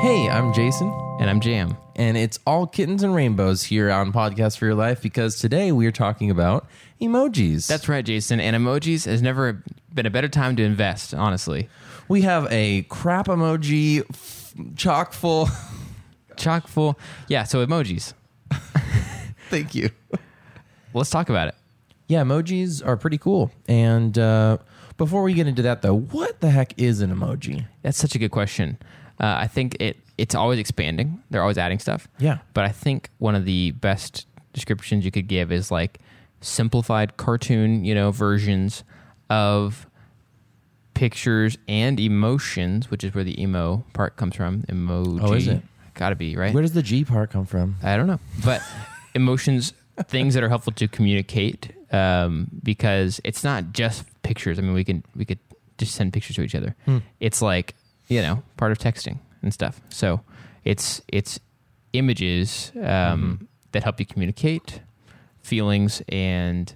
Hey, I'm Jason, And I'm Jam. and it's all kittens and rainbows here on Podcast for Your Life because today we are talking about emojis. That's right, Jason. And emojis has never been a better time to invest, honestly. we have a crap emoji f- chock full. Chock full. Yeah, so emojis. Thank you. Let's talk about it. Yeah, emojis are pretty cool. And uh, before we get into that, though, what the heck is an emoji? That's such a good question. Uh, I think it it's always expanding. They're always adding stuff. Yeah. But I think one of the best descriptions you could give is like simplified cartoon, you know, versions of pictures and emotions, which is where the emo part comes from. Emoji. Oh, is it? Gotta be, right? Where does the G part come from? I don't know, but emotions, things that are helpful to communicate, um, because it's not just pictures. I mean, we can we could just send pictures to each other. It's like you know part of texting and stuff. So it's it's images um, that help you communicate feelings and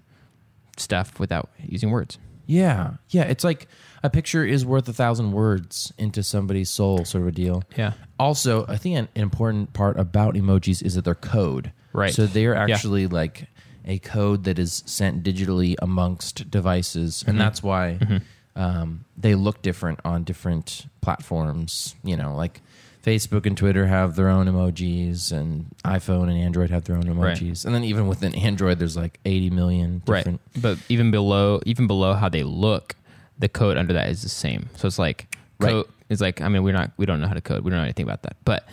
stuff without using words. Yeah. Yeah. It's like a picture is worth a thousand words into somebody's soul, sort of a deal. Yeah. Also, I think an important part about emojis is that they're code. Right. So they're Yeah. actually like a code that is sent digitally amongst devices. Mm-hmm. And that's why um, they look different on different platforms. You know, like Facebook and Twitter have their own emojis, and iPhone and Android have their own Right. emojis. And then even within Android, there's like 80 million different. Right. But even below, even below how they look, the code under that is the same. So it's like Right. code is like I mean we're not we don't know how to code. We don't know anything about that. But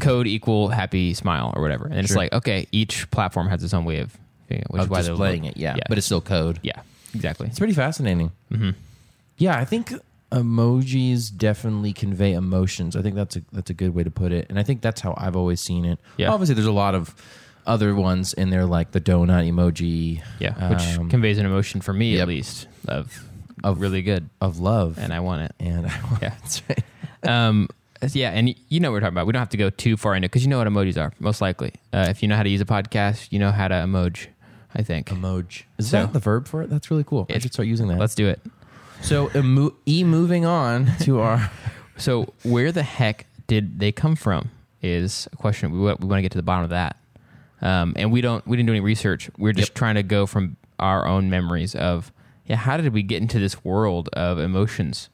code equal happy smile or whatever. And it's Sure. like okay, each platform has its own way of doing it, which Of is why they displaying look- it, yeah, but it's still code. yeah, exactly. It's pretty fascinating. Mm-hmm. Yeah, I think emojis definitely convey emotions. I think that's a that's a good way to put it, and I think that's how I've always seen it. Yeah. Obviously, there's a lot of other ones in there, like the donut emoji Yeah, which um, conveys an emotion for me yep. at least of Of- of really good, of love, and I want it. and I, Yeah. that's right. um, yeah, and y- you know what we're talking about. We don't have to go too far into because you know what emojis are most likely. Uh, if you know how to use a podcast, you know how to emoji. I think emoji. Is So- that the verb for it? That's really cool. I It- should start using that. let's do it. so emo- e moving on to our So where the heck did they come from? Is a question we want, we want to get to the bottom of that. Um, and we don't we didn't do any research. We're just trying to go from our own memories of yeah, how did we get into this world of emotions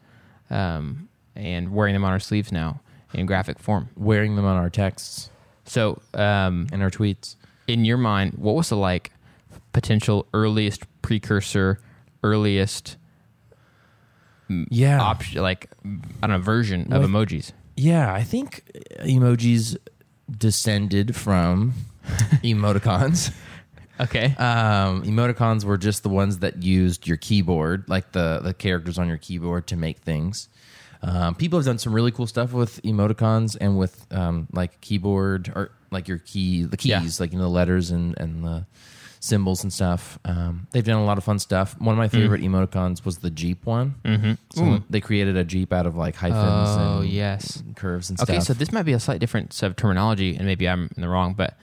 um, and wearing them on our sleeves now in graphic form? wearing them on our texts So um, and our tweets. in your mind, what was the like potential earliest precursor, earliest Yeah. option, like I don't know, version of With- emojis? Yeah, I think emojis descended from emoticons. Okay, Um, emoticons were just the ones that used your keyboard, like the the characters on your keyboard, to make things. Um, people have done some really cool stuff with emoticons and with um, like keyboard or like your key, the keys, Yeah. like you know the letters and and the symbols and stuff. Um, they've done a lot of fun stuff. One of Mm-hmm. my favorite emoticons was the Jeep one. Mm-hmm. So they created a Jeep out of like hyphens Oh, and yes. curves and stuff. Okay, so this might be a slight difference of terminology, and maybe I'm in the wrong, but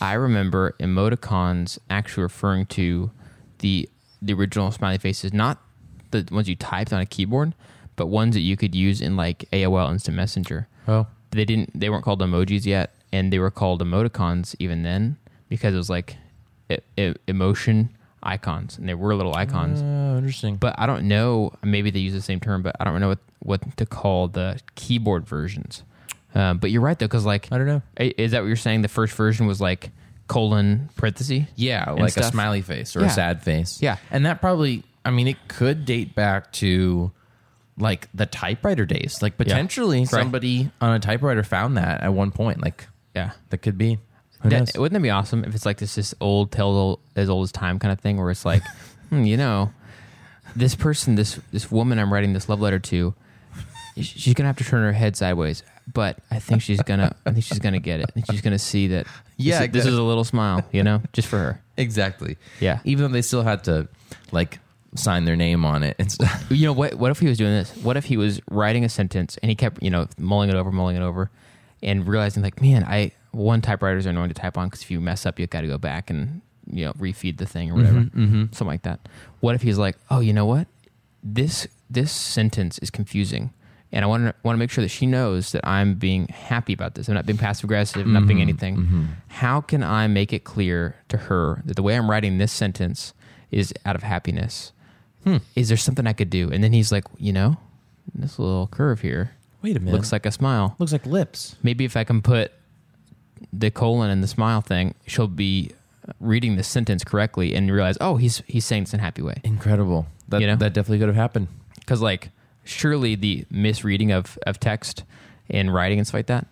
I remember emoticons actually referring to the the original smiley faces, not the ones you typed on a keyboard, but ones that you could use in like AOL Instant Messenger. Oh. They didn't they weren't called emojis yet, and they were called emoticons even then because it was like e- e- emotion icons, and they were little icons. Oh, interesting. But I don't know. Maybe they use the same term, but I don't know what, what to call the keyboard versions. Um, but you're right though, because like, I don't know. i- is that what you're saying? The first version was like colon parenthesis. Yeah, like a stuff. smiley face or a Yeah. sad face. Yeah. And that probably, I mean, it could date back to like the typewriter days. Like potentially somebody on a typewriter found that at one point. Like Yeah. that could be. Who That, knows? wouldn't that be awesome if it's like this this old tale as old as time kind of thing, where it's like, hmm, you know, this person, this this woman I'm writing this love letter to, sh- she's gonna have to turn her head sideways. But I think she's gonna, I think she's gonna get it. I think she's gonna see that. this Yeah, is- this exactly. is a little smile, you know, just for her. Exactly. Yeah. Even though they still had to like sign their name on it and stuff. You know what? What if he was doing this? What if he was writing a sentence and he kept, you know, mulling it over, mulling it over, and realizing like, man, I one typewriters are annoying to type on because if you mess up, you got to go back and you know refeed the thing or whatever, Mm-hmm. something like that. What if he's like, oh, you know what? This this sentence is confusing, and I want to want to make sure that she knows that I'm being happy about this. I'm not being passive aggressive. I'm Mm-hmm. not being anything. How can I make it clear to her that the way I'm writing this sentence is out of happiness? Is there something I could do? And then he's like, you know, this little curve here Wait a minute. looks like a smile. looks like lips. Maybe if I can put the colon in the smile thing, she'll be reading the sentence correctly and realize, oh, he's he's saying this in a happy way. Incredible. That You know? that definitely could have happened. because like surely the misreading of of text and writing and stuff like that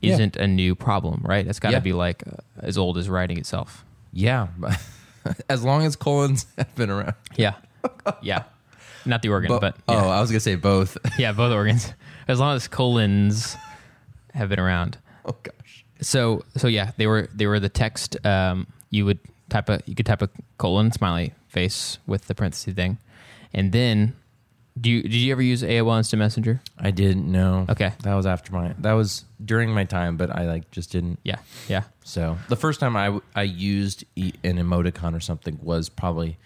Yeah. isn't a new problem right that's got to Yeah. be like uh, as old as writing itself Yeah. as long as colons have been around. yeah yeah not the organ Bo- but, yeah. Oh, I was gonna say both. yeah both organs as long as colons have been around oh gosh. so so yeah they were they were the text um you would type a you could type a colon smiley face with the parenthesis thing and then do you did you ever use AOL Instant Messenger I didn't know. Okay. That was after my that was during my time, but I like just didn't. yeah yeah So the first time I w- I used e- an emoticon or something was probably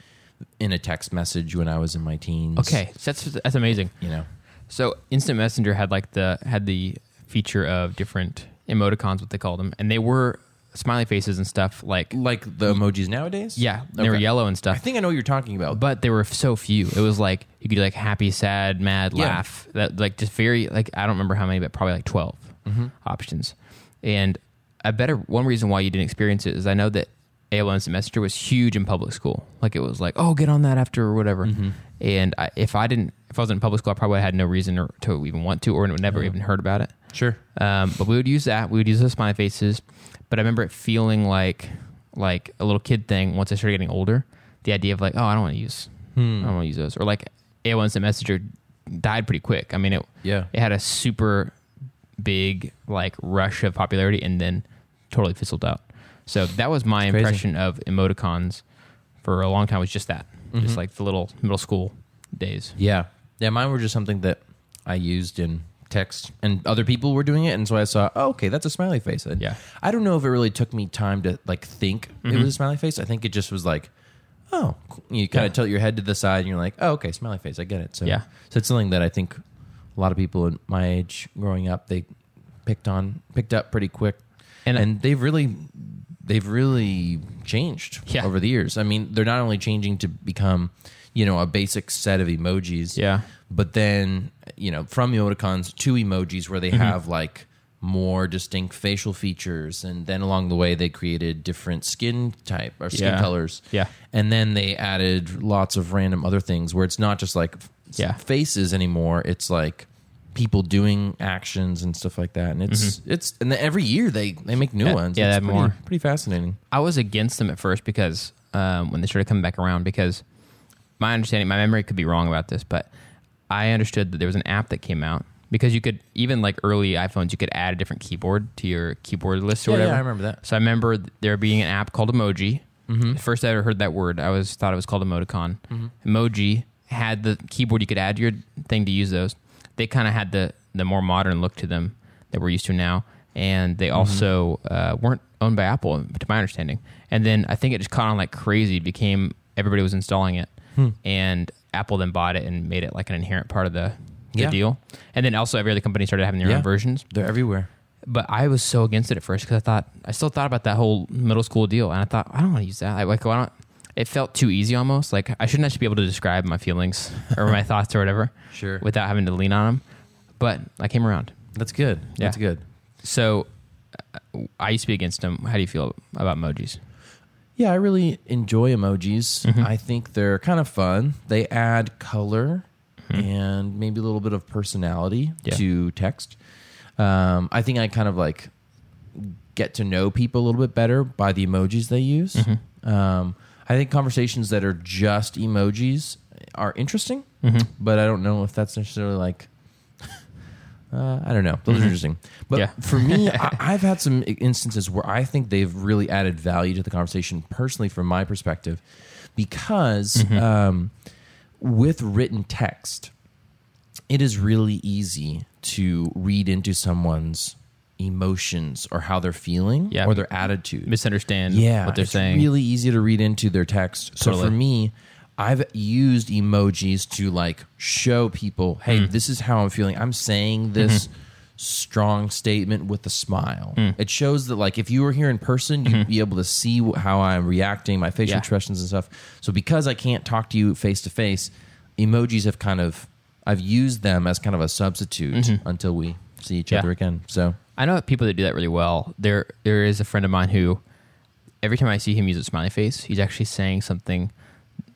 in a text message when I was in my teens. okay so that's that's amazing You know. So Instant Messenger had like the had the feature of different emoticons, what they called them, and they were smiley faces and stuff. Like Like the emojis nowadays? yeah, they were Okay. yellow and I stuff, think I know what you're talking about. but they were so few. It was like you could do like happy, sad, mad, Yeah. laugh. That like just very like I don't remember how many, but probably like 12 options. And I better one reason why you didn't experience it is I know that AOL Instant Messenger was huge in public school. Like it was like oh get on that after or whatever. And I, if I didn't if I was in public school, I probably had no reason or, to even want to or never even heard about it. sure. Um, but we would use that. We would use those smiley faces. But I remember it feeling like like a little kid thing once I started getting older. The idea of like, oh, I don't want to use, Hmm. I don't want to use those, or like AOL Instant Messenger died pretty quick. I mean, it Yeah. it had a super big like rush of popularity and then totally fizzled out. So that was my crazy. impression of emoticons for a long time. Was just that, just like the little middle school days. Yeah. Yeah, mine were just something that I used in text and other people were doing it and so I saw, oh, okay, that's a smiley face. And Yeah. Mm-hmm. I don't know if it really took me time to like think it was a smiley face. I think it just was like, oh, cool. you kind Yeah. of tilt your head to the side and you're like, oh, okay, smiley face. I get it. So Yeah. so it's something that I think a lot of people in my age growing up they picked on picked up pretty quick. And And I- and they've really they've really changed Yeah. over the years. I mean, they're not only changing to become, you know, a basic set of emojis, Yeah. but then, you know, from emoticons to emojis where they Mm-hmm. have like more distinct facial features. And then along the way, they created different skin type or skin Yeah. colors. Yeah. And then they added lots of random other things where it's not just like f- Yeah. faces anymore. It's like people doing actions and stuff like that. And it's, it's, and then every year they, they make new Mm-hmm. Yeah. ones. Yeah, It's they have pretty, more. Pretty fascinating. I was against them at first because um, when they started coming back around, because my understanding, my memory could be wrong about this, but I understood that there was an app that came out because you could even like early iPhones, you could add a different keyboard to your keyboard list or Yeah, yeah, whatever. I remember that. So I remember there being an app called Emoji. Mm-hmm. The First, I ever heard that word. I always thought it was called emoticon. Emoji had the keyboard you could add to your thing to use those. They kind of had the the more modern look to them that we're used to now, and Mm-hmm. they also uh, weren't owned by Apple, to my understanding. And then I think it just caught on like crazy. It became everybody was installing it, Hmm. and Apple then bought it and made it like an inherent part of the, the Yeah. deal. And then also every other company started having their Yeah. own versions They're everywhere. but I was so against it at first because I thought I still thought about that whole middle school deal, and I thought I don't want to use that. I, like, why don't? It felt too easy almost. Like I shouldn't actually be able to describe my feelings or my thoughts or whatever, Sure. without having to lean on them. But I came around. That's good. Yeah. That's good. So uh, I used to be against them. How do you feel about emojis? Yeah, I really enjoy emojis. I think they're kind of fun. They add color Mm-hmm. and maybe a little bit of personality Yeah. to text. Um, I think I kind of like get to know people a little bit better by the emojis they use. Um, I think conversations that are just emojis are interesting, but I don't know if that's necessarily like. Uh, I don't know. Those are interesting. But Mm-hmm. Yeah. for me, I, I've had some i- instances where I think they've really added value to the conversation, personally, from my perspective, because Mm-hmm. um, with written text, it is really easy to read into someone's emotions or how they're feeling Yeah. or their attitude Misunderstand yeah, what they're it's saying. Really easy to read into their text. So Totally. for me, I've used emojis to like show people, hey, Mm. this is how I'm feeling. I'm saying Mm-hmm. this strong statement with a smile. Mm. It shows that like if you were here in person, you'd be able to see wh- how I'm reacting, my facial Mm-hmm. Yeah. expressions and stuff. So because I can't talk to you face to face, emojis have kind of I've used them as kind of a substitute until we see each Mm-hmm. Yeah. other again. So I know people that do that really well. There, there is a friend of mine who, every time I see him use a smiley face, he's actually saying something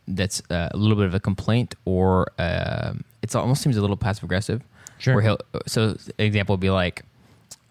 that's uh, a little bit of a complaint, or um it almost seems a little passive aggressive. Sure. Where he'll, so an example would be like,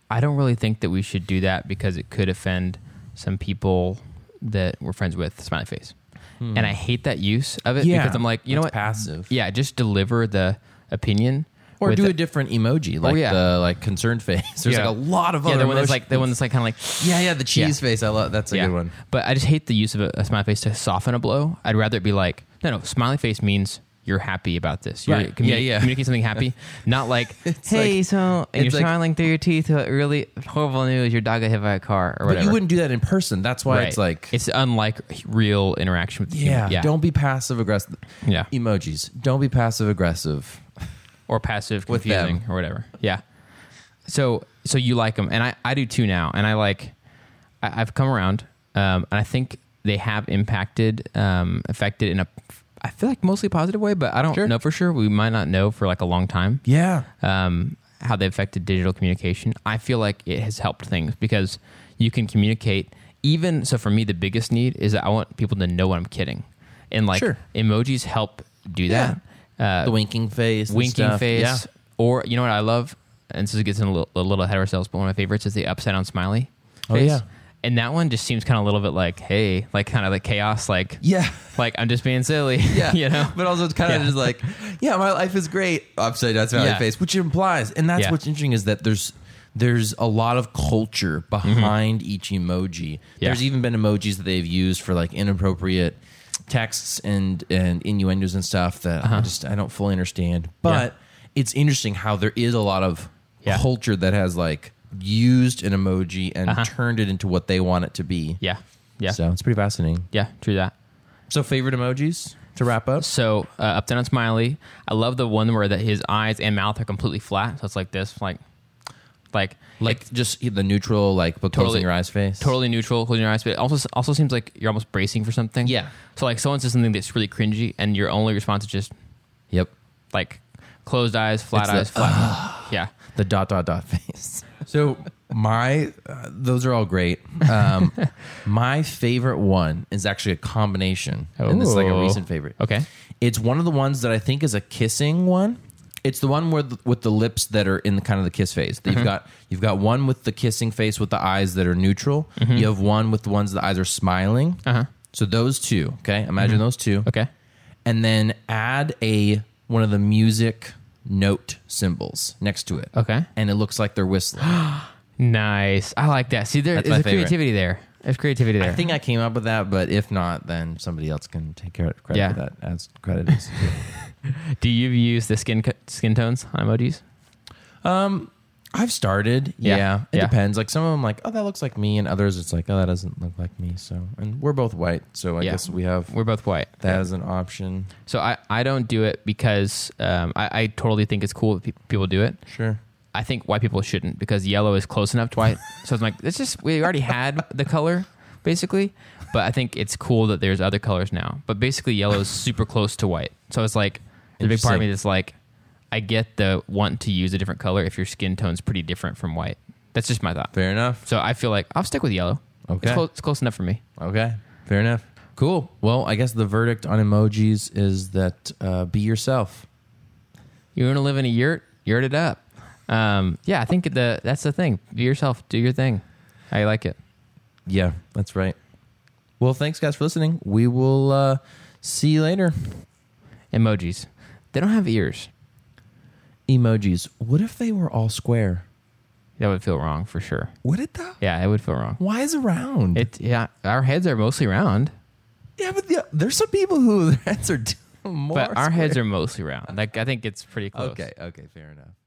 I don't really think that we should do that because it could offend some people that we're friends with. Smiley face, and I hate that use of it Yeah. because I'm like, you know That's what? passive. Yeah, just deliver the opinion. or with do the- a different emoji, like yeah. the like concerned face. There's Yeah. like a lot of yeah, other the one that's emotions. like the one that's like kind of like yeah, yeah, the cheese face. I love that's a good one. But I just hate the use of a, a smiley face to soften a blow. I'd rather it be like, no, no, smiley face means you're happy about this. You're Right. communi- Yeah, yeah. communicating something happy, not like, hey, like- so and you're it's like- smiling through your teeth. uh, Really horrible news. Your dog got hit by a car or But whatever. you wouldn't do that in person. That's why Right. it's like it's unlike real interaction with the human. yeah, yeah, Don't be passive aggressive. Yeah. Emojis. Don't be passive aggressive. or passive With them. confusing or whatever. Yeah. So so you like them, and I I do too now, and I like I, I've come around, um, and I think they have impacted, um, affected in a I feel like mostly positive way, but I don't Sure. know for sure. We might not know for like a long time Yeah. um, how they affected digital communication. I feel like it has helped things because you can communicate. Even so, for me, the biggest need is that I want people to know when I'm kidding, and like Sure. emojis help do Yeah. that. Uh, the winking face. and winking stuff. face, Yeah. or you know what I love, and this gets in a little, a little ahead of ourselves, but one of my favorites is the upside down smiley. Oh, face. yeah. and that one just seems kind of a little bit like, hey, like kind of like chaos, like Yeah. like I'm just being silly, Yeah. you know. But also it's kind of Yeah. just like, yeah, my life is great. Upside down smiley Yeah. face, which implies and that's Yeah. what's interesting is that there's there's a lot of culture behind each emoji. Mm-hmm. Yeah. There's even been emojis that they've used for like inappropriate texts and and innuendos and stuff that Uh-huh. I just I don't fully understand. But it's interesting how there is a lot of Yeah. culture that has like used an emoji and turned it into what they want it to be. Uh-huh. yeah, yeah, So it's pretty fascinating. yeah, true that. So favorite emojis to wrap up? So uh, up down smiley, I love the one where that his eyes and mouth are completely flat, so it's like this, like like like just the neutral, like but Totally- closing your eyes face. totally neutral, closing your eyes, but it also also seems like you're almost bracing for something. Yeah. So like someone says something that's really cringy, and your only response is just Yep. like closed eyes, flat It's the, eyes, flat. yeah, The dot dot dot face. So my, uh, those are all great. Um, my favorite one is actually a combination, and this is like a Oh. recent favorite. Okay. It's one of the ones that I think is a kissing one. It's the one where the, with the lips that are in the kind of the kiss phase. That You've got you've got one with the kissing face with the eyes that are neutral. You have one with the ones the eyes are smiling. Uh-huh. So those two, okay? Imagine those two. Okay. and then add a one of the music note symbols next to it. Okay. And it looks like they're whistling. Nice. I like that. See, there That's is my a favorite. creativity there. There's creativity there. I think I came up with that, but if not, then somebody else can take care of credit Yeah. for that as credit is. Do you use the skin co- skin tones on emojis? Um, I've started. Yeah. Yeah. It Yeah. depends. Like some of them like, oh, that looks like me. And others it's like, oh, that doesn't look like me. So, and we're both white. So I Yeah. guess we have We're both white. that as an option. So I, I don't do it because um, I, I totally think it's cool that pe- people do it. Sure. I think white people shouldn't because yellow is close enough to white. so it's like it's just we already had the color basically, but I think it's cool that there's other colors now. But basically, yellow is super close to white. So it's like there's a big part of me that's like, I get the want to use a different color if your skin tone's pretty different from white. That's just my thought. Fair enough. So I feel like I'll stick with yellow. it's Okay. close, it's close enough for me. Okay. Fair enough. Cool. Well, I guess the verdict on emojis is that uh, be yourself. You want to live in a yurt? Yurt it up. Um, yeah, I think the that's the thing. Be yourself. Do your thing. I like it. Yeah, that's right. Well, thanks guys for listening. We will uh, see you later. Emojis. They don't have ears. Emojis. What if they were all square? That would feel wrong for sure. Would it though? Yeah, it would feel wrong. Why is it round? It yeah, our heads are mostly round, yeah, but the, there's some people who their heads are more. but our heads are mostly round. Like I think it's pretty close. Okay. Okay. Fair enough.